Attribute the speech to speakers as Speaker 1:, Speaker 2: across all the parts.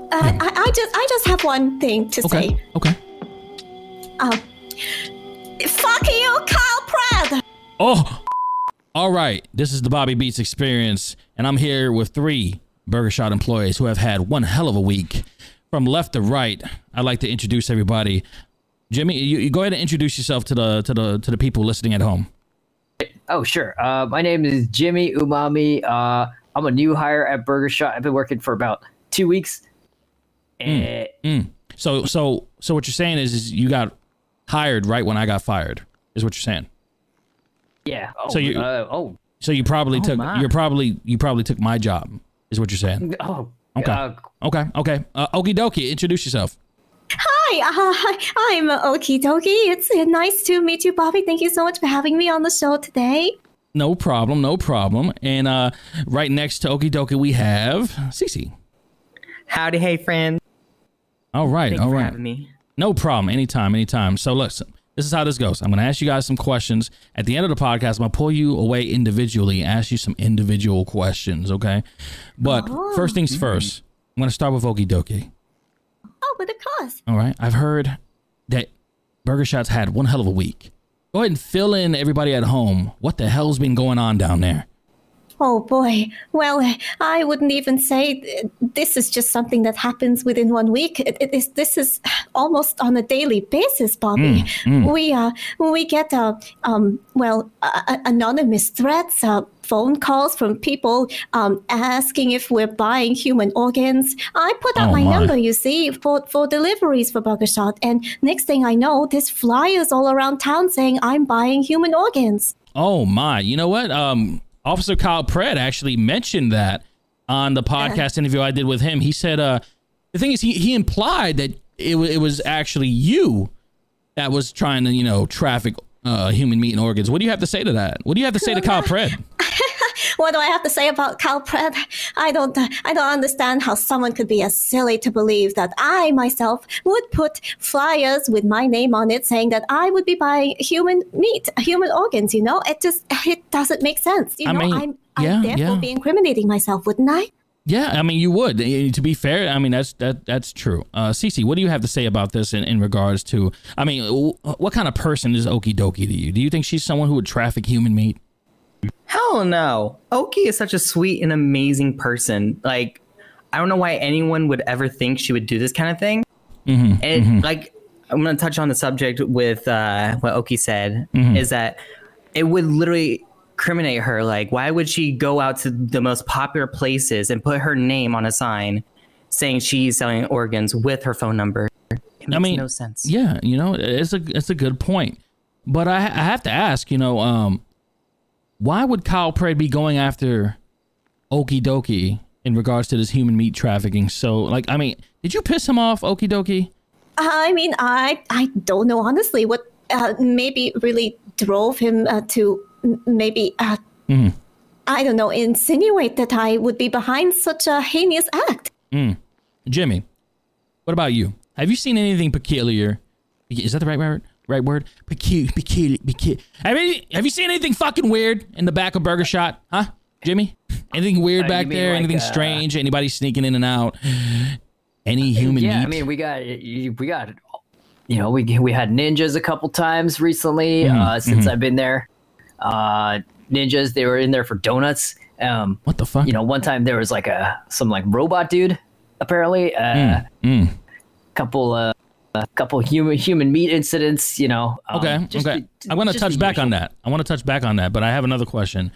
Speaker 1: Uh, I, I, I just I just have one thing to
Speaker 2: Okay.
Speaker 1: say.
Speaker 2: Okay.
Speaker 1: Um, fuck you, Kyle Pratt.
Speaker 2: Oh. All right. This is the Bobby Beats experience, and I'm here with three Burger Shot employees who have had one hell of a week. From left to right, I'd like to introduce everybody. Jimmy, you, you go ahead and introduce yourself to the to the to the people listening at home.
Speaker 3: Oh, sure. Uh, my name is Jimmy Umami. Uh, I'm a new hire at Burger Shot. I've been working for about two weeks.
Speaker 2: Hmm.
Speaker 3: Eh,
Speaker 2: So so so what you're saying is, is you got hired right when I got fired. Is what you're saying.
Speaker 3: yeah. Oh,
Speaker 2: So you-
Speaker 3: uh, oh,
Speaker 2: So you probably took
Speaker 3: my.
Speaker 2: you're probably you probably took my job. Is what you're saying.
Speaker 3: oh.
Speaker 2: Okay.
Speaker 3: Uh,
Speaker 2: Okay. Okay. Uh, Okie dokie. Introduce yourself.
Speaker 1: Hi, uh, hi, I'm Okie Dokie. It's uh, nice to meet you, Bobby. Thank you so much for having me on the show today.
Speaker 2: No problem, no problem. And uh, right next to Okie Dokie, we have Cece.
Speaker 4: Howdy, hey friend.
Speaker 2: All right,
Speaker 4: Thank
Speaker 2: all
Speaker 4: you for
Speaker 2: right.
Speaker 4: having me.
Speaker 2: No problem. Anytime, anytime. So look, so this is how this goes. I'm gonna ask you guys some questions. At the end of the podcast, I'm gonna pull you away individually, and ask you some individual questions, okay? But
Speaker 4: Oh.
Speaker 2: first things first, I'm gonna start with Okie Dokie.
Speaker 1: Oh, but of course.
Speaker 2: All right. I've heard that Burger Shot's had one hell of a week. Go ahead and fill in everybody at home. What the hell's been going on down there?
Speaker 1: Oh boy. Well, uh, I wouldn't even say th- this is just something that happens within one week. It, it is, this is almost on a daily basis, Bobby.
Speaker 2: Mm,
Speaker 1: We uh, we get uh, um, well uh, anonymous threats, uh, phone calls from people um, asking if we're buying human organs. I put out
Speaker 2: Oh,
Speaker 1: my,
Speaker 2: my.
Speaker 1: number, you see, for for deliveries for Burger Shot, and next thing I know, there's flyers all around town saying I'm buying human organs.
Speaker 2: Oh my! You know what? Um, Officer Kyle Pratt actually mentioned that on the podcast interview I did with him. He said, "Uh, the thing is, he he implied that it wa- it was actually you that was trying to you know traffic uh human meat and organs." What do you have to say to that? What do you have to say to Kyle Pratt?
Speaker 1: what do I have to say about Cal Prep? I don't, I don't understand how someone could be as silly to believe that I myself would put flyers with my name on it saying that I would be buying human meat, human organs. You know, it just it doesn't make sense. You
Speaker 2: I
Speaker 1: know,
Speaker 2: mean,
Speaker 1: I'm,
Speaker 2: yeah,
Speaker 1: I'm therefore
Speaker 2: yeah.
Speaker 1: be incriminating myself, wouldn't I?
Speaker 2: Yeah, I mean, you would. Eh, To be fair, I mean that's that that's true. Uh, Cece, what do you have to say about this in, in regards to? I mean, wh- what kind of person is Okie Dokie to you? Do you think she's someone who would traffic human meat?
Speaker 4: Hell no. Oki is such a sweet and amazing person. Like, I don't know why anyone would ever think she would do this kind of thing.
Speaker 2: Mm-hmm,
Speaker 4: And like, I'm gonna touch on the subject with uh, what Oki said
Speaker 2: Mm-hmm.
Speaker 4: is that it would literally criminate her. Like, why would she go out to the most popular places and put her name on a sign saying she's selling organs with her phone number? It makes
Speaker 2: I mean,
Speaker 4: no sense.
Speaker 2: Yeah, you know, it's a it's a good point, but I, I have to ask, you know, um, why would Kyle Pratt be going after Okie Dokie in regards to this human meat trafficking? So, like, I mean, did you piss him off, Okie Dokie?
Speaker 1: I mean, I I don't know honestly what uh, maybe really drove him uh, to m- maybe uh,
Speaker 2: Mm-hmm.
Speaker 1: I don't know insinuate that I would be behind such a heinous act.
Speaker 2: Jimmy, what about you? Have you seen anything peculiar? Is that the right word? Right word? Peculiar, peculiar, peculiar. Have you, have you seen anything fucking weird in the back of Burger Shot? Huh, Jimmy? Anything weird
Speaker 3: Uh,
Speaker 2: back
Speaker 3: you mean
Speaker 2: there?
Speaker 3: like,
Speaker 2: anything
Speaker 3: uh,
Speaker 2: strange? Anybody sneaking in and out? Any human
Speaker 3: uh, yeah.
Speaker 2: meat?
Speaker 3: I mean, we got you- we got you know we we had ninjas a couple times recently
Speaker 2: Hmm.
Speaker 3: uh, since
Speaker 2: Mm-hmm.
Speaker 3: I've been there. Uh, ninjas, they were in there for donuts. Um,
Speaker 2: what the fuck?
Speaker 3: you know, one time there was like a some like robot dude, apparently. Uh,
Speaker 2: Hmm,
Speaker 3: Couple, uh, a couple human human meat incidents. You know. um,
Speaker 2: okay,
Speaker 3: just-
Speaker 2: okay.
Speaker 3: just-
Speaker 2: I want to
Speaker 3: just
Speaker 2: touch
Speaker 3: the
Speaker 2: back
Speaker 3: usual.
Speaker 2: on that. I want to touch back on that, but I have another question.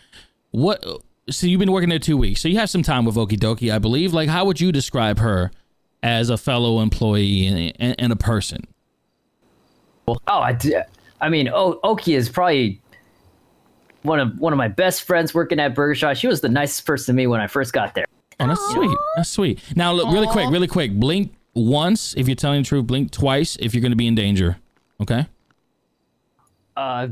Speaker 2: What? So you've been working there two weeks, so you have some time with Okie Dokie, I believe. Like, how would you describe her as a fellow employee and, and, and a person?
Speaker 3: Oh, I, d- I mean, o- Oki is probably one of one of my best friends working at Burger Shot. She was the nicest person to me when I first got there.
Speaker 2: Oh, that's sweet. That's sweet. Now, look, really quick, really quick. Blink once if you're telling the truth. Blink twice if you're going to be in danger. Okay.
Speaker 3: Uh,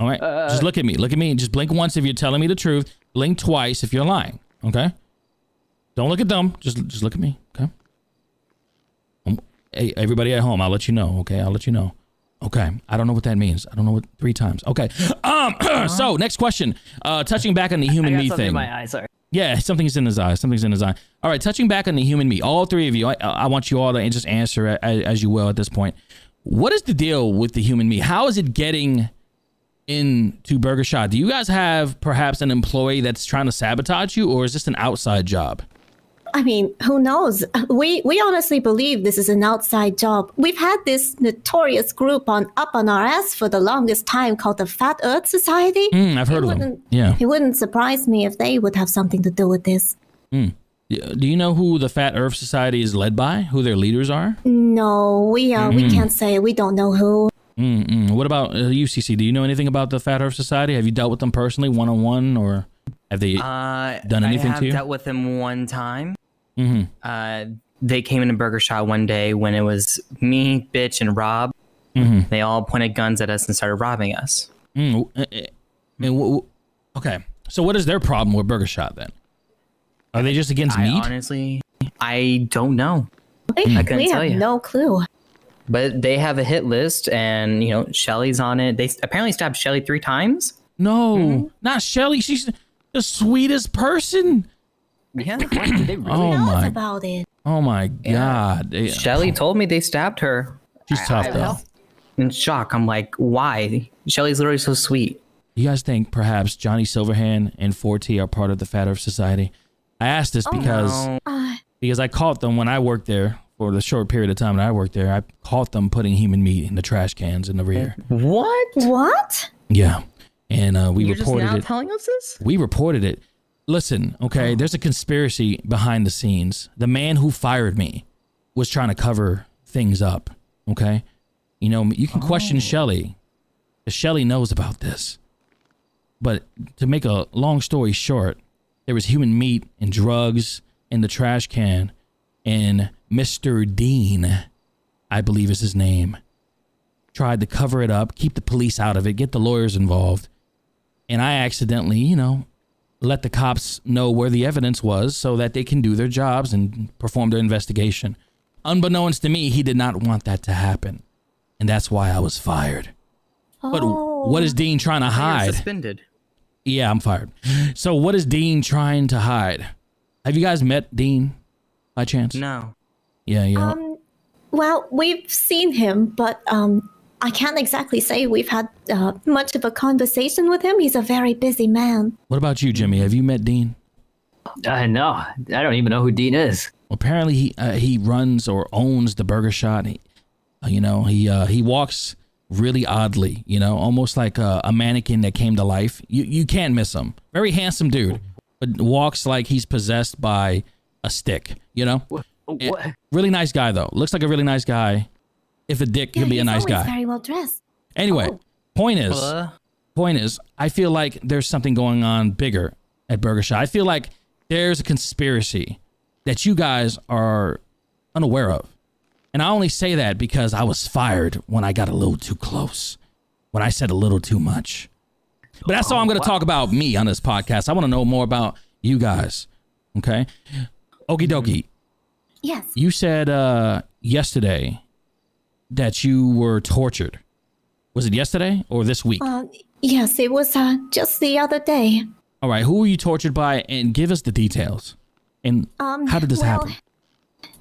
Speaker 2: All right. just look at me. Look at me. Just blink once if you're telling me the truth. Blink twice if you're lying. Okay. Don't look at them. Just just look at me. Okay. Um, Hey, everybody at home, I'll let you know. Okay, I'll let you know. Okay, I don't know what that means. I don't know what three times. Okay. Um. so next question. Uh, touching back on the
Speaker 3: I
Speaker 2: human
Speaker 3: got
Speaker 2: me
Speaker 3: something
Speaker 2: thing.
Speaker 3: in my eye. Sorry.
Speaker 2: Yeah, something's in his eye. Something's in his eye. All right, touching back on the human me, all three of you, I, I want you all to just answer as, as you will at this point. What is the deal with the human me? How is it getting into Burger Shot? Do you guys have perhaps an employee that's trying to sabotage you, or is this an outside job?
Speaker 1: I mean, who knows? We we honestly believe this is an outside job. We've had this notorious group on up on our ass for the longest time called the Fat Earth Society.
Speaker 2: Mm, I've heard
Speaker 1: it
Speaker 2: of them.
Speaker 1: wouldn't-
Speaker 2: Yeah.
Speaker 1: It wouldn't surprise me if they would have something to do with this.
Speaker 2: Yeah, Do you know who the Fat Earth Society is led by? Who their leaders are?
Speaker 1: No, we uh,
Speaker 2: Hmm.
Speaker 1: we can't say we don't know who.
Speaker 2: Mm-mm. What about uh, UCC? Do you know anything about the Fat Earth Society? Have you dealt with them personally, one on one, or have they?
Speaker 4: Uh,
Speaker 2: Done anything
Speaker 4: I have
Speaker 2: to you?
Speaker 4: dealt with them one time.
Speaker 2: Mhm.
Speaker 4: Uh, they came in a burger shot one day when it was me, bitch, and Rob.
Speaker 2: Mm-hmm.
Speaker 4: They all pointed guns at us and started robbing us.
Speaker 2: Mm, uh, uh, and wh- wh- okay, so what is their problem with Burger Shot then? Are they just against
Speaker 4: I
Speaker 2: meat?
Speaker 4: honestly, I don't know,
Speaker 2: Hmm.
Speaker 1: We,
Speaker 4: couldn't
Speaker 1: we
Speaker 4: tell
Speaker 1: have
Speaker 4: you.
Speaker 1: no clue.
Speaker 2: Oh
Speaker 4: but they have a hit list, and you know Shelly's on it. They s- apparently stabbed Shelly three times.
Speaker 2: no,
Speaker 4: Hmm?
Speaker 2: not Shelly. She's the sweetest person.
Speaker 4: Yeah,
Speaker 3: Did they really?
Speaker 2: Oh
Speaker 1: Who knows
Speaker 2: my,
Speaker 1: about it?
Speaker 2: oh my God, Yeah.
Speaker 4: Shelly told me they stabbed her.
Speaker 2: she's tough though.
Speaker 4: In shock, I'm like, why? Shelly's literally so sweet.
Speaker 2: You guys think perhaps Johnny Silverhand and 4T are part of the Fat Earth Society? I asked this because.
Speaker 4: Oh, No.
Speaker 1: Uh,
Speaker 2: because I caught them when I worked there for the short period of time that I worked there. I caught them putting human meat in the trash cans in the rear.
Speaker 4: Mm-hmm. What?
Speaker 1: what?
Speaker 2: Yeah, and uh, we
Speaker 4: You're just
Speaker 2: reported
Speaker 4: now
Speaker 2: it.
Speaker 4: telling us this?
Speaker 2: we reported it. Listen, okay, there's a conspiracy behind the scenes. The man who fired me was trying to cover things up. Okay, you know you can question Shelly. Shelly knows about this. But to make a long story short, there was human meat and drugs in the trash can, and Mr. Dean, I believe is his name, tried to cover it up, keep the police out of it, get the lawyers involved. And I accidentally, you know, let the cops know where the evidence was so that they can do their jobs and perform their investigation. Unbeknownst to me, he did not want that to happen. And that's why I was fired. But what is Dean trying to
Speaker 4: You're
Speaker 2: hide?
Speaker 4: Suspended.
Speaker 2: Yeah, I'm fired. So what is Dean trying to hide? Have you guys met Dean by chance?
Speaker 4: No.
Speaker 2: Yeah, yeah.
Speaker 1: Um, well, we've seen him, but um, I can't exactly say we've had uh, much of a conversation with him. He's a very busy man.
Speaker 2: what about you, Jimmy? Have you met Dean?
Speaker 3: Uh, no, I don't even know who Dean is.
Speaker 2: Apparently, he uh, he runs or owns the Burger Shot. He, uh, you know, he uh, he walks really oddly. You know, almost like a, a mannequin that came to life. You you can't miss him. Very handsome dude, but walks like he's possessed by a stick. You know,
Speaker 3: What?
Speaker 2: really nice guy though. Looks like a really nice guy. If a dick
Speaker 1: Yeah,
Speaker 2: could be a
Speaker 1: he's
Speaker 2: nice
Speaker 1: always Oh.
Speaker 2: guy.
Speaker 1: very well dressed.
Speaker 2: Anyway, point is,
Speaker 4: Uh,
Speaker 2: point is, I feel like there's something going on bigger at Burger Shot. I feel like there's a conspiracy that you guys are unaware of. And I only say that because I was fired when I got a little too close, when I said a little too much. But that's all I'm going to talk about me on this podcast. I want to know more about you guys. Okay. Okie dokie.
Speaker 1: Yes.
Speaker 2: You said uh, yesterday that you were tortured. Was it yesterday or this week?
Speaker 1: Uh, yes, it was uh, just the other day.
Speaker 2: All right, who were you tortured by, and give us the details. And
Speaker 1: Um,
Speaker 2: how did this
Speaker 1: well,
Speaker 2: happen?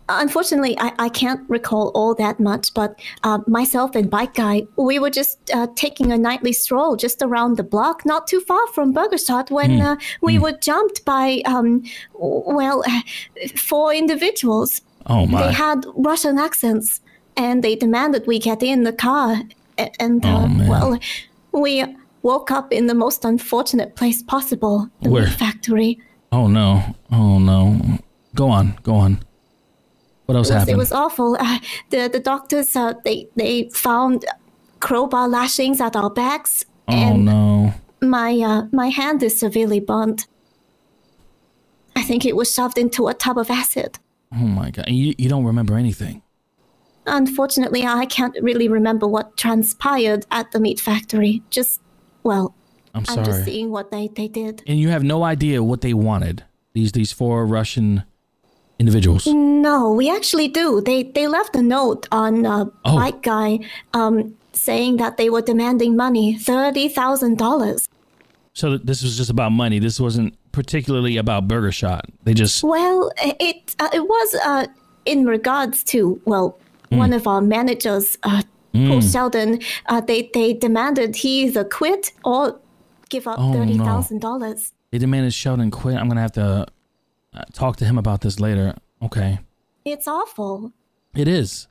Speaker 1: Unfortunately, I, I can't recall all that much, but uh, myself and Bike Guy, we were just uh, taking a nightly stroll just around the block, not too far from Burgershot, when
Speaker 2: Hmm.
Speaker 1: uh, we were jumped by, um, w- well, four individuals.
Speaker 2: Oh my!
Speaker 1: They had Russian accents, and they demanded we get in the car. A- And, uh,
Speaker 2: Oh, man.
Speaker 1: well, we woke up in the most unfortunate place possible the
Speaker 2: Where?
Speaker 1: meat factory.
Speaker 2: oh no! Oh no! Go on, go on. What else
Speaker 1: It was-
Speaker 2: happened?
Speaker 1: It was awful. Uh, the the doctors uh, they they found crowbar lashings at our backs,
Speaker 2: oh
Speaker 1: and
Speaker 2: no!
Speaker 1: my uh, my hand is severely burnt. I think it was shoved into a tub of acid.
Speaker 2: Oh my god! And You, you don't remember anything.
Speaker 1: Unfortunately, I can't really remember what transpired at the meat factory. Just well,
Speaker 2: I'm
Speaker 1: I'm just
Speaker 2: sorry.
Speaker 1: seeing what they they did.
Speaker 2: And you have no idea what they wanted. These these four Russian individuals.
Speaker 1: No, we actually do. They they left a note on uh,
Speaker 2: Oh.
Speaker 1: Bike Guy, um, saying that they were demanding money, thirty thousand dollars.
Speaker 2: So th- this was just about money. This wasn't particularly about Burger Shot. They just
Speaker 1: Well, it uh, it was uh, in regards to well,
Speaker 2: Hmm.
Speaker 1: one of our managers, uh, Paul Sheldon. Uh, they they demanded he either quit or give up
Speaker 2: Oh, no.
Speaker 1: thirty thousand dollars.
Speaker 2: they demanded Sheldon quit. I'm gonna have to uh, talk to him about this later. Okay,
Speaker 1: It's awful.
Speaker 2: it is.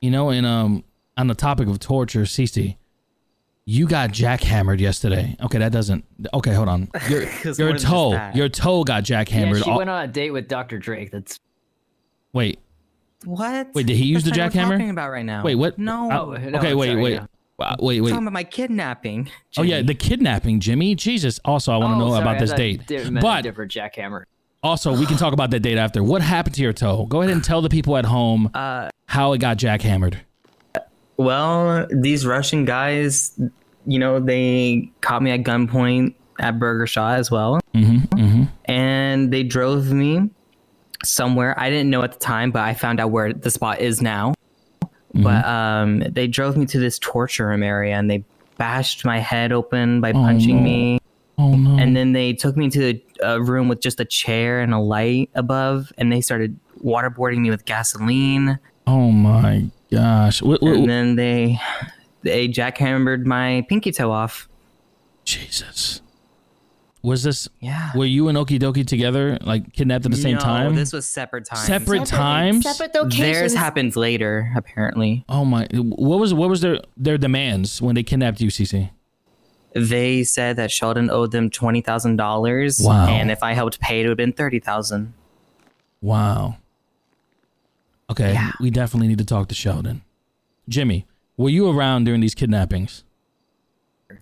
Speaker 2: You know, and um, on the topic of torture, Cece, you got jackhammered yesterday. Okay, that doesn't. Okay, hold on. Your,
Speaker 4: 'Cause
Speaker 2: your
Speaker 4: more than just
Speaker 2: toe,
Speaker 4: that.
Speaker 2: your toe got
Speaker 3: Yeah,
Speaker 2: jackhammered.
Speaker 3: she
Speaker 2: all-
Speaker 3: went on a date with Dr. Drake. That's
Speaker 2: wait,
Speaker 4: What?
Speaker 2: Wait, did he use
Speaker 4: That's
Speaker 2: the
Speaker 4: not what
Speaker 2: jackhammer?
Speaker 4: We're talking about right now.
Speaker 2: wait, what?
Speaker 4: No.
Speaker 2: Oh,
Speaker 4: We're
Speaker 3: no,
Speaker 2: okay,
Speaker 3: I'm
Speaker 2: wait,
Speaker 3: sorry,
Speaker 2: wait,
Speaker 3: yeah.
Speaker 2: Wow, wait, wait.
Speaker 4: talking about my kidnapping.
Speaker 2: Oh yeah,
Speaker 4: Jimmy.
Speaker 2: the kidnapping, Jimmy. Jesus. Also, I want to
Speaker 3: Oh,
Speaker 2: know
Speaker 3: sorry,
Speaker 2: about
Speaker 3: I
Speaker 2: this
Speaker 3: thought
Speaker 2: date.
Speaker 3: it meant a
Speaker 2: But
Speaker 3: different jackhammer.
Speaker 2: also, we can talk about that date after. What happened to your toe? Go ahead and tell the people at home
Speaker 3: Uh,
Speaker 2: how it got jackhammered.
Speaker 4: Well, these Russian guys, you know, they caught me at gunpoint at Burger Shaw as well.
Speaker 2: Mm-hmm,
Speaker 4: And they drove me somewhere. I didn't know at the time, but I found out where the spot is now.
Speaker 2: Mm-hmm.
Speaker 4: But um, they drove me to this torture room area and they bashed my head open by punching
Speaker 2: no.
Speaker 4: me.
Speaker 2: Oh no.
Speaker 4: And then they took me to a room with just a chair and a light above and they started waterboarding me with gasoline.
Speaker 2: Oh my gosh. Wh- wh-
Speaker 4: and
Speaker 2: wh-
Speaker 4: then they they jackhammered my pinky toe off.
Speaker 2: Jesus. Was this?
Speaker 4: Yeah.
Speaker 2: Were you and Okie Dokie together, like kidnapped at the same
Speaker 4: no,
Speaker 2: time?
Speaker 4: This was separate times.
Speaker 2: Separate- Separate times?
Speaker 1: separate
Speaker 4: Theirs
Speaker 1: occasions.
Speaker 4: happened later, apparently.
Speaker 2: oh my. What was what was their their demands when they kidnapped you, Cece?
Speaker 4: They said that Sheldon owed them twenty thousand dollars.
Speaker 2: Wow.
Speaker 4: And if I helped pay, it would have been thirty thousand.
Speaker 2: Wow. Okay, we definitely need to talk to Sheldon. Jimmy, were you around during these kidnappings?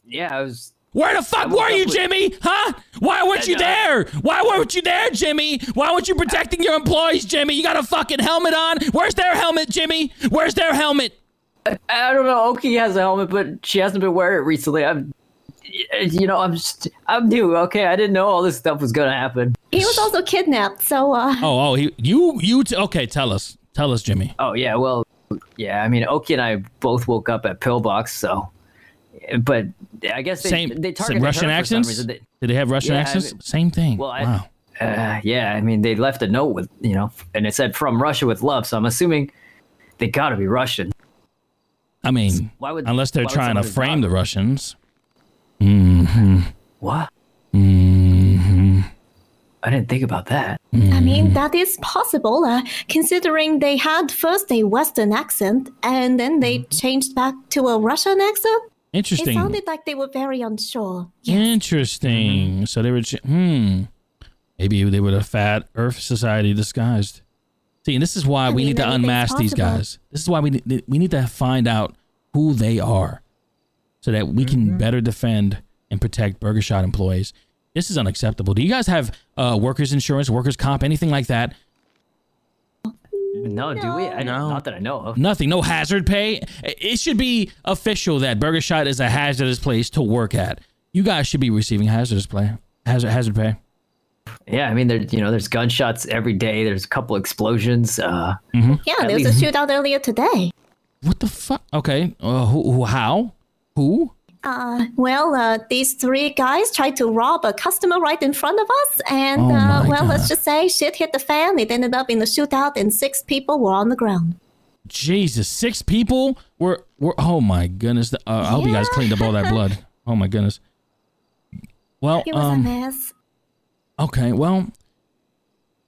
Speaker 3: Yeah, I was.
Speaker 2: Where the fuck were you,
Speaker 3: with-
Speaker 2: Jimmy? Huh? Why weren't you
Speaker 3: uh,
Speaker 2: there? Why weren't you there, Jimmy? Why weren't you protecting your employees, Jimmy? You got a fucking helmet on. Where's their helmet, Jimmy? Where's their helmet?
Speaker 3: I don't know. Oki has a helmet, but she hasn't been wearing it recently. I'm, you know, I'm just, I'm new. Okay, I didn't know all this stuff was gonna happen.
Speaker 1: He was also kidnapped, so uh,
Speaker 2: Oh, oh, he, you, you. T- okay, tell us, tell us, Jimmy.
Speaker 3: Oh yeah, well, yeah. I mean, Oki and I both woke up at Pillbox, so. But I guess they
Speaker 2: same,
Speaker 3: they
Speaker 2: same
Speaker 3: targeted
Speaker 2: Russian
Speaker 3: her for some
Speaker 2: accents.
Speaker 3: reason. They-
Speaker 2: Did they have Russian
Speaker 3: Yeah, I
Speaker 2: accents?
Speaker 3: mean-
Speaker 2: same thing.
Speaker 3: Well, I-
Speaker 2: wow.
Speaker 3: uh, yeah, I mean, they left a note with, you know, and it said from Russia with love. So I'm assuming they got to be Russian.
Speaker 2: I mean,
Speaker 3: Why would-
Speaker 2: unless they're
Speaker 3: why would
Speaker 2: trying to
Speaker 3: someone who's
Speaker 2: frame
Speaker 3: not-
Speaker 2: the Russians.
Speaker 3: What?
Speaker 2: Mm-hmm.
Speaker 3: I didn't think about that.
Speaker 1: I
Speaker 2: Hmm.
Speaker 1: mean that is possible, uh, considering they had first a Western accent and then they changed back to a Russian accent. It
Speaker 2: Hmm. Interesting.
Speaker 1: sounded like they were very unsure.
Speaker 2: Interesting.
Speaker 1: Mm-hmm.
Speaker 2: So they were. Ch- hmm. Maybe they were the Fat Earth Society disguised. See, and this is why
Speaker 1: I
Speaker 2: we
Speaker 1: mean,
Speaker 2: need to
Speaker 1: anything's
Speaker 2: unmask these
Speaker 1: possible.
Speaker 2: guys. This is why we need, we need to find out who they are, so that
Speaker 1: Mm-hmm.
Speaker 2: we can better defend and protect Burger Shot employees. This is unacceptable. Do you guys have uh, workers insurance, workers comp, anything like that?
Speaker 3: No, do we? I,
Speaker 4: No.
Speaker 3: Not that I know of.
Speaker 2: Nothing. No hazard pay. It should be official that Burger Shot is a hazardous place to work at. You guys should be receiving hazardous play, hazard hazard pay.
Speaker 3: Yeah, I mean, there, you know, there's gunshots every day. There's a couple explosions. Uh,
Speaker 1: Yeah,
Speaker 3: At
Speaker 1: there was a
Speaker 3: least-
Speaker 1: shootout earlier today.
Speaker 2: What the fuck? Okay. Uh, who, who? How? Who?
Speaker 1: Uh, well, uh, these three guys tried to rob a customer right in front of us, and
Speaker 2: Oh
Speaker 1: uh,
Speaker 2: my
Speaker 1: well,
Speaker 2: God.
Speaker 1: let's just say shit hit the fan. It ended up in a shootout, and six people were on the ground.
Speaker 2: Jesus. Six people were. were oh my goodness. Uh, I hope you guys cleaned up all that blood. Oh my goodness. Well,
Speaker 1: It was a
Speaker 2: um,
Speaker 1: mess.
Speaker 2: okay. Well,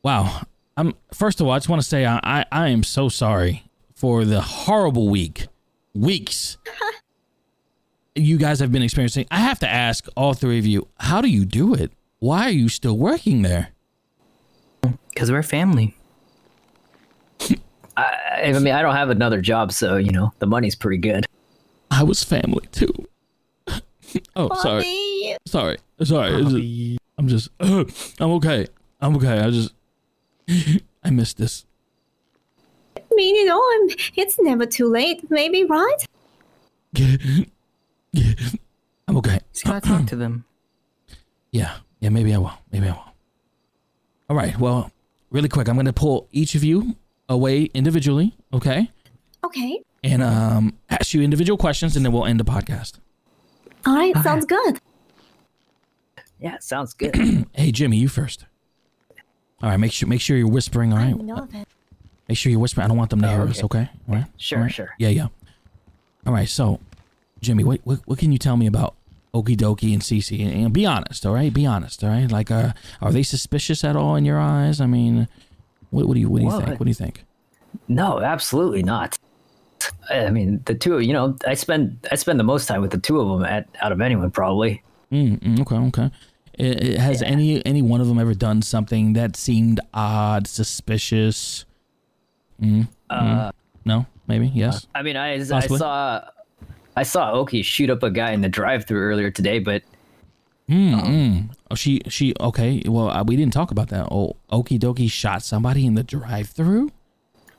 Speaker 2: wow. I'm. First of all, I just want to say I, I I am so sorry for the horrible week, weeks. you guys have been experiencing. I have to ask all three of you. How do you do it? Why are you still working there?
Speaker 4: Because we're family.
Speaker 3: I, I mean, I don't have another job, so you know, the money's pretty good.
Speaker 2: I was family too. oh, sorry.
Speaker 1: Bobby,
Speaker 2: Sorry. Sorry. It's just- I'm just I'm okay. I'm okay. I just I missed this.
Speaker 1: I mean, you know, I'm, it's never too late. Maybe, right?
Speaker 2: I'm okay.
Speaker 4: So you gotta talk to them.
Speaker 2: Yeah. Yeah, maybe I will. Maybe I will. All right. Well, really quick, I'm going to pull each of you away individually, okay?
Speaker 1: Okay.
Speaker 2: And um ask you individual questions and then we'll end the podcast.
Speaker 1: All right. Sounds good.
Speaker 3: Yeah, sounds good.
Speaker 2: Hey, Jimmy, you first. All right, make sure make sure you're whispering. All
Speaker 1: I
Speaker 2: right,
Speaker 1: know that.
Speaker 2: make sure you're whispering. I don't want them to hear us. Okay, all right.
Speaker 3: Oh, Sure,
Speaker 2: All right?
Speaker 3: sure.
Speaker 2: Yeah, yeah. All right, so Jimmy, what what, what can you tell me about Okie Dokie and Cece? And, and be honest, all right? Be honest, all right? Like, uh, are they suspicious at all in your eyes? I mean, what, what do you what do you
Speaker 3: Well,
Speaker 2: think?
Speaker 3: I-
Speaker 2: What do you think?
Speaker 3: no, absolutely not. I I mean, the two. You know, I spend I spend the most time with the two of them at, out of anyone probably.
Speaker 2: Mm, mm, okay, okay. It, it- has any any one of them ever done something that seemed odd, suspicious? Mm,
Speaker 3: Uh,
Speaker 2: No, maybe yes.
Speaker 3: I mean, I, I
Speaker 2: Possibly.
Speaker 3: saw I saw Oki shoot up a guy in the drive-through earlier today, but
Speaker 2: Oh, she she okay. Well, uh, we didn't talk about that. Oh, Okie Dokie shot somebody in the drive-through.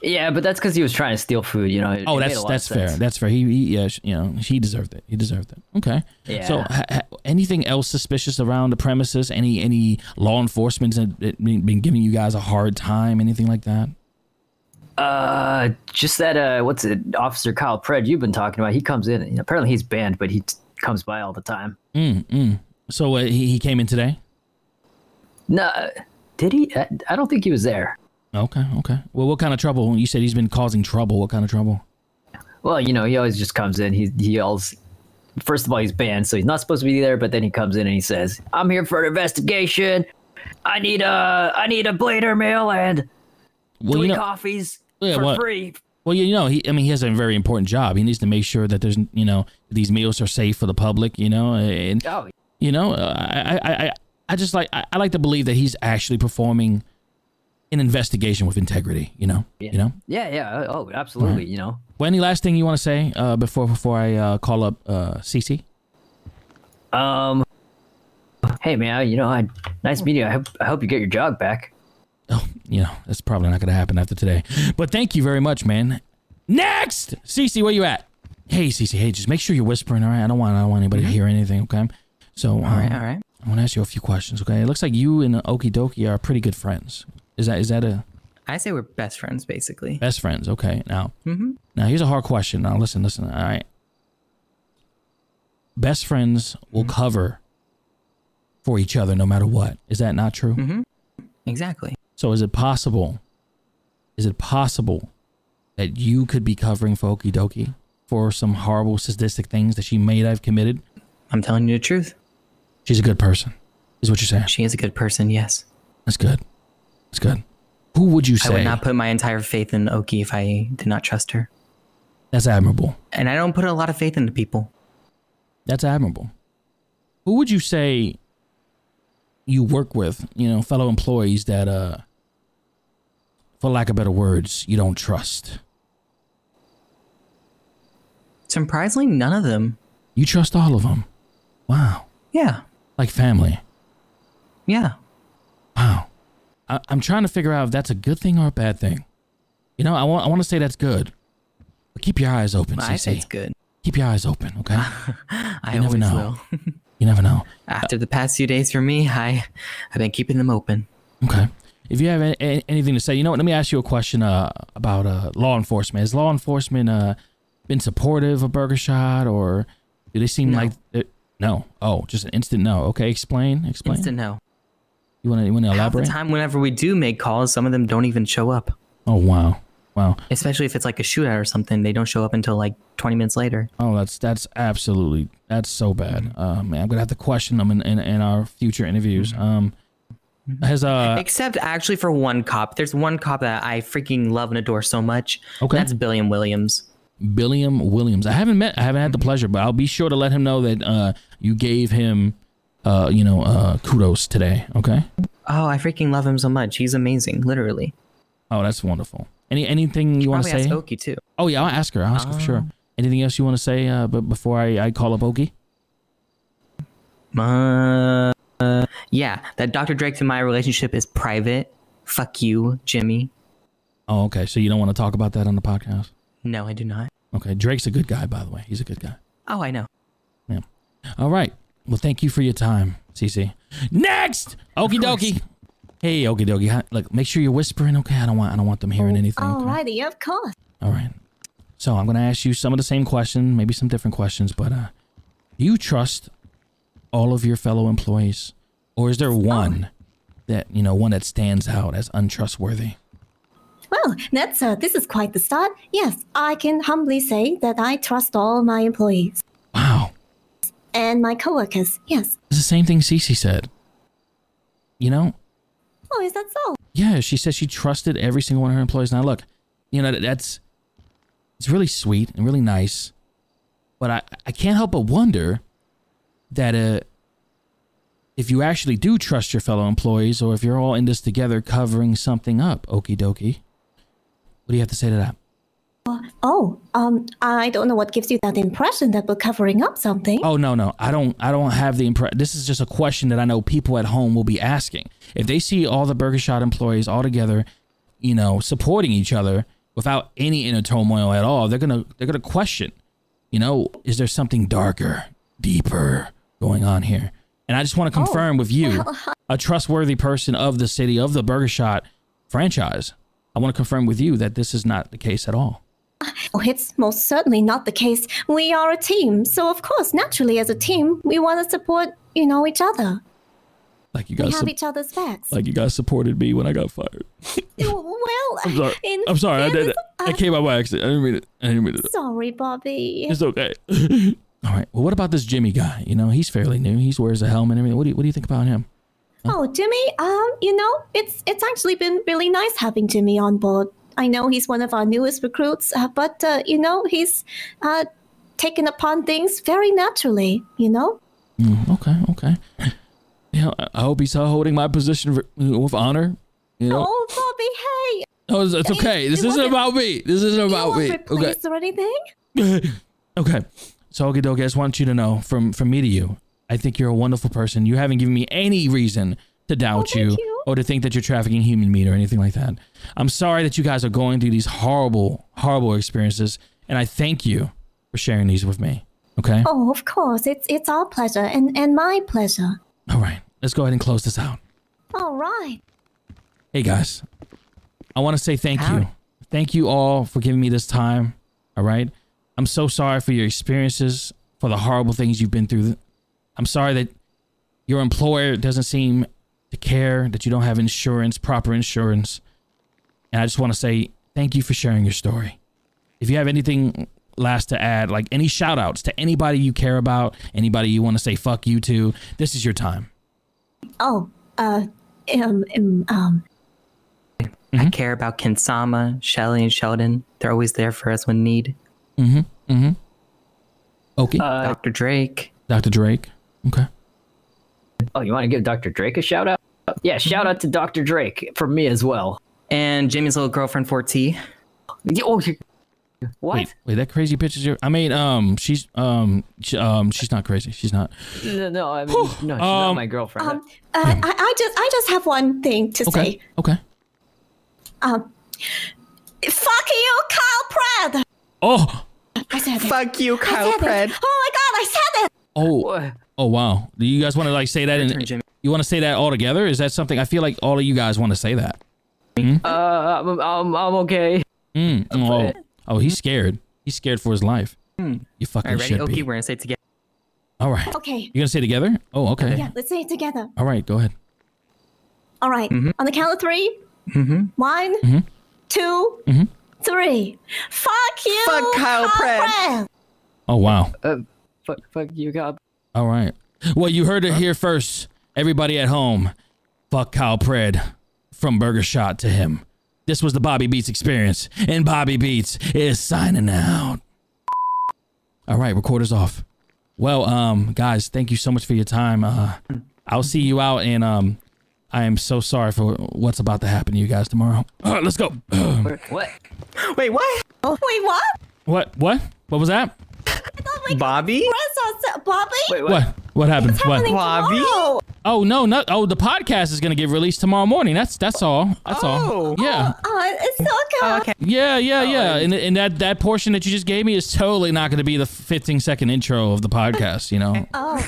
Speaker 3: yeah, but that's because he was trying to steal food. You know. It-
Speaker 2: Oh,
Speaker 3: it made a
Speaker 2: that's
Speaker 3: lot of
Speaker 2: that's fair.
Speaker 3: sense.
Speaker 2: That's fair. He, he yeah, sh- you know, he deserved it. He deserved it. Okay. So,
Speaker 3: Yeah.
Speaker 2: ha- ha- anything else suspicious around the premises? Any any law enforcement that that been been giving you guys a hard time? Anything like that?
Speaker 3: Uh, just that. Uh, what's it, Officer Kyle Pred? You've been talking about. He comes in. and apparently, he's banned, but he t- comes by all the time.
Speaker 2: Mm, So uh, he he came in today.
Speaker 3: No, did he? I, I don't think he was there.
Speaker 2: Okay. Okay. Well, what kind of trouble? You said he's been causing trouble. What kind of trouble?
Speaker 3: Well, you know, he always just comes in. He he yells. First of all, he's banned, so he's not supposed to be there. But then he comes in and he says, "I'm here for an investigation. I need a I need a blader mail and
Speaker 2: Well, you
Speaker 3: three
Speaker 2: know,
Speaker 3: coffees
Speaker 2: Yeah,
Speaker 3: for
Speaker 2: well-
Speaker 3: free."
Speaker 2: well, you know, he. I mean, he has a very important job. He needs to make sure that there's you know these meals are safe for the public. You know, and
Speaker 3: Oh,
Speaker 2: You know, uh, I, I, I, I just like I, I like to believe that he's actually performing an investigation with integrity. You know, you know.
Speaker 3: yeah, yeah. Oh, absolutely.
Speaker 2: Mm.
Speaker 3: You know.
Speaker 2: Well, any last thing you want to say uh, before before I uh, call up uh, Cece?
Speaker 3: Um. Hey, man. You know, I nice meeting you. I hope I hope you get your jog back.
Speaker 2: Oh, you know, that's probably not going to happen after today. But thank you very much, man. Next, Cece, where you at? Hey, Cece. Hey, just make sure you're whispering. All right, I don't want I don't want anybody to hear anything. Okay. So, um, all
Speaker 4: All right, all right.
Speaker 2: I want to ask you a few questions. Okay. It looks like you and Okie Dokie are pretty good friends. Is that is that a
Speaker 4: I say we're best friends, basically. Mm-hmm.
Speaker 2: Best friends. Okay. Now, now here's a hard question. Now, listen, listen. All right. Best friends will
Speaker 4: Hmm?
Speaker 2: cover for each other no matter what. Is that not
Speaker 4: Hmm.
Speaker 2: true?
Speaker 4: Exactly.
Speaker 2: So, is it possible? Is it possible that you could be covering for Okie Dokie for some horrible, sadistic things that she may have committed?
Speaker 4: I'm telling you the truth.
Speaker 2: She's a good person, is what you're saying.
Speaker 4: She is a good person, yes.
Speaker 2: That's good. That's good. Who would you say?
Speaker 4: I would not put my entire faith in Oki if I did not trust her.
Speaker 2: That's admirable.
Speaker 4: And I don't put a lot of faith into people.
Speaker 2: That's admirable. Who would you say you work with, you know, fellow employees that uh for lack of better words, you don't trust?
Speaker 4: Surprisingly, none of them.
Speaker 2: You trust all of them. Wow.
Speaker 4: Yeah.
Speaker 2: Like family.
Speaker 4: Yeah.
Speaker 2: Wow. I, I'm trying to figure out if that's a good thing or a bad thing. You know, I want I want to say that's good. But keep your eyes open,
Speaker 4: I say it's
Speaker 2: CC.
Speaker 4: good.
Speaker 2: Keep your eyes open, okay?
Speaker 4: I
Speaker 2: never
Speaker 4: always
Speaker 2: know.
Speaker 4: will.
Speaker 2: You never know.
Speaker 4: After the past few days for me, I, I've been keeping them open.
Speaker 2: Okay. If you have a- a- anything to say, you know what? Let me ask you a question uh, about uh, law enforcement. Has law enforcement uh, been supportive of Burger Shot, or do they seem like it, no? Oh, just an instant no. Okay, explain. Explain.
Speaker 4: Instant no.
Speaker 2: You want to you want to
Speaker 4: Half the
Speaker 2: elaborate?
Speaker 4: time, whenever we do make calls, some of them don't even show up.
Speaker 2: Oh wow, wow.
Speaker 4: Especially if it's like a shootout or something, they don't show up until like 20 minutes later.
Speaker 2: Oh, that's that's absolutely that's so bad.
Speaker 4: Mm-hmm.
Speaker 2: Uh, man, I'm gonna have to question them in, in, in our future interviews.
Speaker 4: Mm-hmm.
Speaker 2: Um, has uh
Speaker 4: Except actually for one cop. There's one cop that I freaking love and adore so much.
Speaker 2: Okay.
Speaker 4: That's Billiam Williams.
Speaker 2: Billiam Williams. I haven't met, I haven't had the pleasure, but I'll be sure to let him know that uh, you gave him, uh, you know, uh, kudos today. Okay.
Speaker 4: Oh, I freaking love him so much. He's amazing, literally.
Speaker 2: Oh, that's wonderful. Any anything you want to
Speaker 4: Probably ask
Speaker 2: say?
Speaker 4: Oki Oh. too.
Speaker 2: Oh yeah, I'll ask her. I'll ask her for sure. Anything else you want to say? Uh, but before I, I call up Okie.
Speaker 4: Uh, uh, yeah, that Dr. Drake and my relationship is private. Fuck you, Jimmy.
Speaker 2: Oh, okay. So you don't want to talk about that on the podcast?
Speaker 4: No, I do not.
Speaker 2: Okay. Drake's a good guy, by the way. He's a good guy.
Speaker 4: Oh, I know.
Speaker 2: All right. Well, thank you for your time, CC. Next, Okie dokie. Hey, Okie dokie. hi- Look, make sure you're whispering. Okay, I don't want I don't want them hearing
Speaker 4: Oh,
Speaker 2: anything. okay?
Speaker 1: Alrighty, of course.
Speaker 2: All right. So I'm going to ask you some of the same question, maybe some different questions, but uh, do you trust all of your fellow employees? Or is there one that you know one that stands out as untrustworthy?
Speaker 1: Well, that's uh, this is quite the start. Yes, I can humbly say that I trust all my employees
Speaker 2: Wow,
Speaker 1: and my coworkers. Yes.
Speaker 2: it's the same thing Cece said. You know,
Speaker 1: Oh, is that so?
Speaker 2: yeah, she said she trusted every single one of her employees. Now look, you know that- that's it's really sweet and really nice, but I I can't help but wonder that uh if you actually do trust your fellow employees or if you're all in this together covering something up, okie dokie. What do you have to say to that?
Speaker 1: Oh, um, I don't know what gives you that impression that we're covering up something.
Speaker 2: Oh no, no, I don't. I don't have the impression. This is just a question that I know people at home will be asking if they see all the Burger Shot employees all together, you know, supporting each other without any inner turmoil at all. They're gonna they're gonna question, you know, is there something darker, deeper going on here? And I just
Speaker 1: Oh,
Speaker 2: want to confirm with you, a trustworthy person of the city of the Burger Shot franchise. I want to confirm with you that this is not the case at all.
Speaker 1: Oh, it's most certainly not the case. We are a team, so of course, naturally, as a team, we want to support, you know, each other.
Speaker 2: Like you
Speaker 1: We
Speaker 2: guys,
Speaker 1: have
Speaker 2: sup-
Speaker 1: each other's backs. Oh,
Speaker 2: like you guys supported me when I got fired.
Speaker 1: well,
Speaker 2: I'm sorry.
Speaker 1: in
Speaker 2: I'm sorry. I, did,
Speaker 1: fairness-
Speaker 2: I came out by accident. I didn't mean it. I didn't mean it.
Speaker 1: sorry, Bobby.
Speaker 2: It's okay. All right. Well, what about this Jimmy guy? You know, he's fairly new. He wears a helmet and everything. What do you, what do you think about him?
Speaker 1: Oh, Jimmy, um, you know, it's it's actually been really nice having Jimmy on board. I know he's one of our newest recruits, uh, but uh, you know, he's uh, taken upon things very naturally. You know,
Speaker 2: Mm, okay. Okay. You know, I- I hope he's holding my position for, with honor. You know,
Speaker 1: oh, Bobby, hey,
Speaker 2: no, it's, it's okay. This
Speaker 1: it
Speaker 2: isn't
Speaker 1: wasn't-
Speaker 2: about me. This isn't
Speaker 1: you
Speaker 2: about
Speaker 1: weren't
Speaker 2: me. Okay.
Speaker 1: replaced or anything?
Speaker 2: Okay. So Okie dokie, I just want you to know from from me to you, I think you're a wonderful person. You haven't given me any reason to doubt
Speaker 1: Oh, thank
Speaker 2: you,
Speaker 1: you.
Speaker 2: or to think that you're trafficking human meat or anything like that. I'm sorry that you guys are going through these horrible, horrible experiences, and I thank you for sharing these with me. Okay?
Speaker 1: Oh, of course, it's it's our pleasure and and my pleasure.
Speaker 2: All right. Let's go ahead and close this out.
Speaker 1: All right.
Speaker 2: Hey guys, I want to say thank you. Thank you all for giving me this time. All right. I'm so sorry for your experiences, for the horrible things you've been through. I'm sorry that your employer doesn't seem to care, that you don't have insurance, proper insurance. And I just want to say thank you for sharing your story. If you have anything last to add, like any shout outs to anybody you care about, anybody you want to say fuck you to, this is your time.
Speaker 1: Oh, uh, um, um, um
Speaker 4: I care about Kinsama, Shelly, and Sheldon. They're always there for us when need.
Speaker 2: Okay.
Speaker 3: Uh,
Speaker 4: Dr. Drake.
Speaker 2: Dr. Drake. Okay.
Speaker 3: oh, you want to give Dr. Drake a shout out? Yeah, shout out to Dr. Drake from me as well.
Speaker 4: And Jimmy's little girlfriend, 4T.
Speaker 3: Yeah, Oh, you- what?
Speaker 2: Wait, wait, that crazy bitch is your. I mean, um, she's um, sh- um, she's not crazy. She's not.
Speaker 3: No, no, I mean, no, she's not
Speaker 2: Um,
Speaker 3: my girlfriend.
Speaker 1: um, uh, I, I just I just have one thing to
Speaker 2: Hmm. Okay, okay.
Speaker 1: say. Fuck you, Kyle Pratt.
Speaker 2: Oh,
Speaker 1: I said it.
Speaker 4: Fuck you,
Speaker 1: I
Speaker 4: Kyle
Speaker 1: said
Speaker 4: Pred.
Speaker 1: it. Oh my god, I said it.
Speaker 2: oh,
Speaker 3: What?
Speaker 2: oh, wow. Do you guys want to like say that?
Speaker 4: turn,
Speaker 2: In,
Speaker 4: Jimmy.
Speaker 2: you want to say that all together? Is that something? I feel like all of you guys want to say that.
Speaker 3: Uh, I'm, I'm, I'm okay.
Speaker 2: Mm, Oh, oh, he's scared. He's scared for his life. You
Speaker 4: Mm-hmm. Mm. All
Speaker 2: fucking
Speaker 4: right, ready?
Speaker 2: should
Speaker 4: Okay,
Speaker 2: be.
Speaker 4: we're going to say it together.
Speaker 2: All right, you're
Speaker 1: Okay.
Speaker 2: gonna say it together. Oh, okay.
Speaker 1: Yeah, let's say it together.
Speaker 2: All right, go ahead.
Speaker 1: All right.
Speaker 2: Mm-hmm.
Speaker 1: On the count of 3 One, two,
Speaker 2: Mm-hmm.
Speaker 1: three. Fuck you.
Speaker 4: Fuck Kyle Pratt.
Speaker 1: Pratt.
Speaker 2: Oh wow.
Speaker 3: Uh, fuck, fuck you, God.
Speaker 2: All right. Well, you heard it here first. Everybody at home, fuck Kyle Pred from Burger Shot to him. This was the Bobby Beats experience, and Bobby Beats is signing out. All right, recorders off. Well, um, guys, thank you so much for your time. Uh, I'll see you out, and um, I am so sorry for what's about to happen to you guys tomorrow. All right, let's go.
Speaker 3: What?
Speaker 4: Wait, what?
Speaker 1: Wait, what?
Speaker 2: what? What? What was that?
Speaker 4: Bobby?
Speaker 1: That's so- Bobby?
Speaker 3: Wait, what?
Speaker 2: What? What happened? What?
Speaker 1: Happening
Speaker 4: Bobby?
Speaker 1: tomorrow.
Speaker 2: Oh no, not oh the podcast is gonna get released tomorrow morning. That's that's all. That's all.
Speaker 4: Oh.
Speaker 2: Yeah.
Speaker 1: Oh, it's so good.
Speaker 4: okay.
Speaker 2: Yeah, yeah, yeah. And and that that portion that you just gave me is totally not gonna be the 15 second intro of the podcast, you know.
Speaker 1: Oh.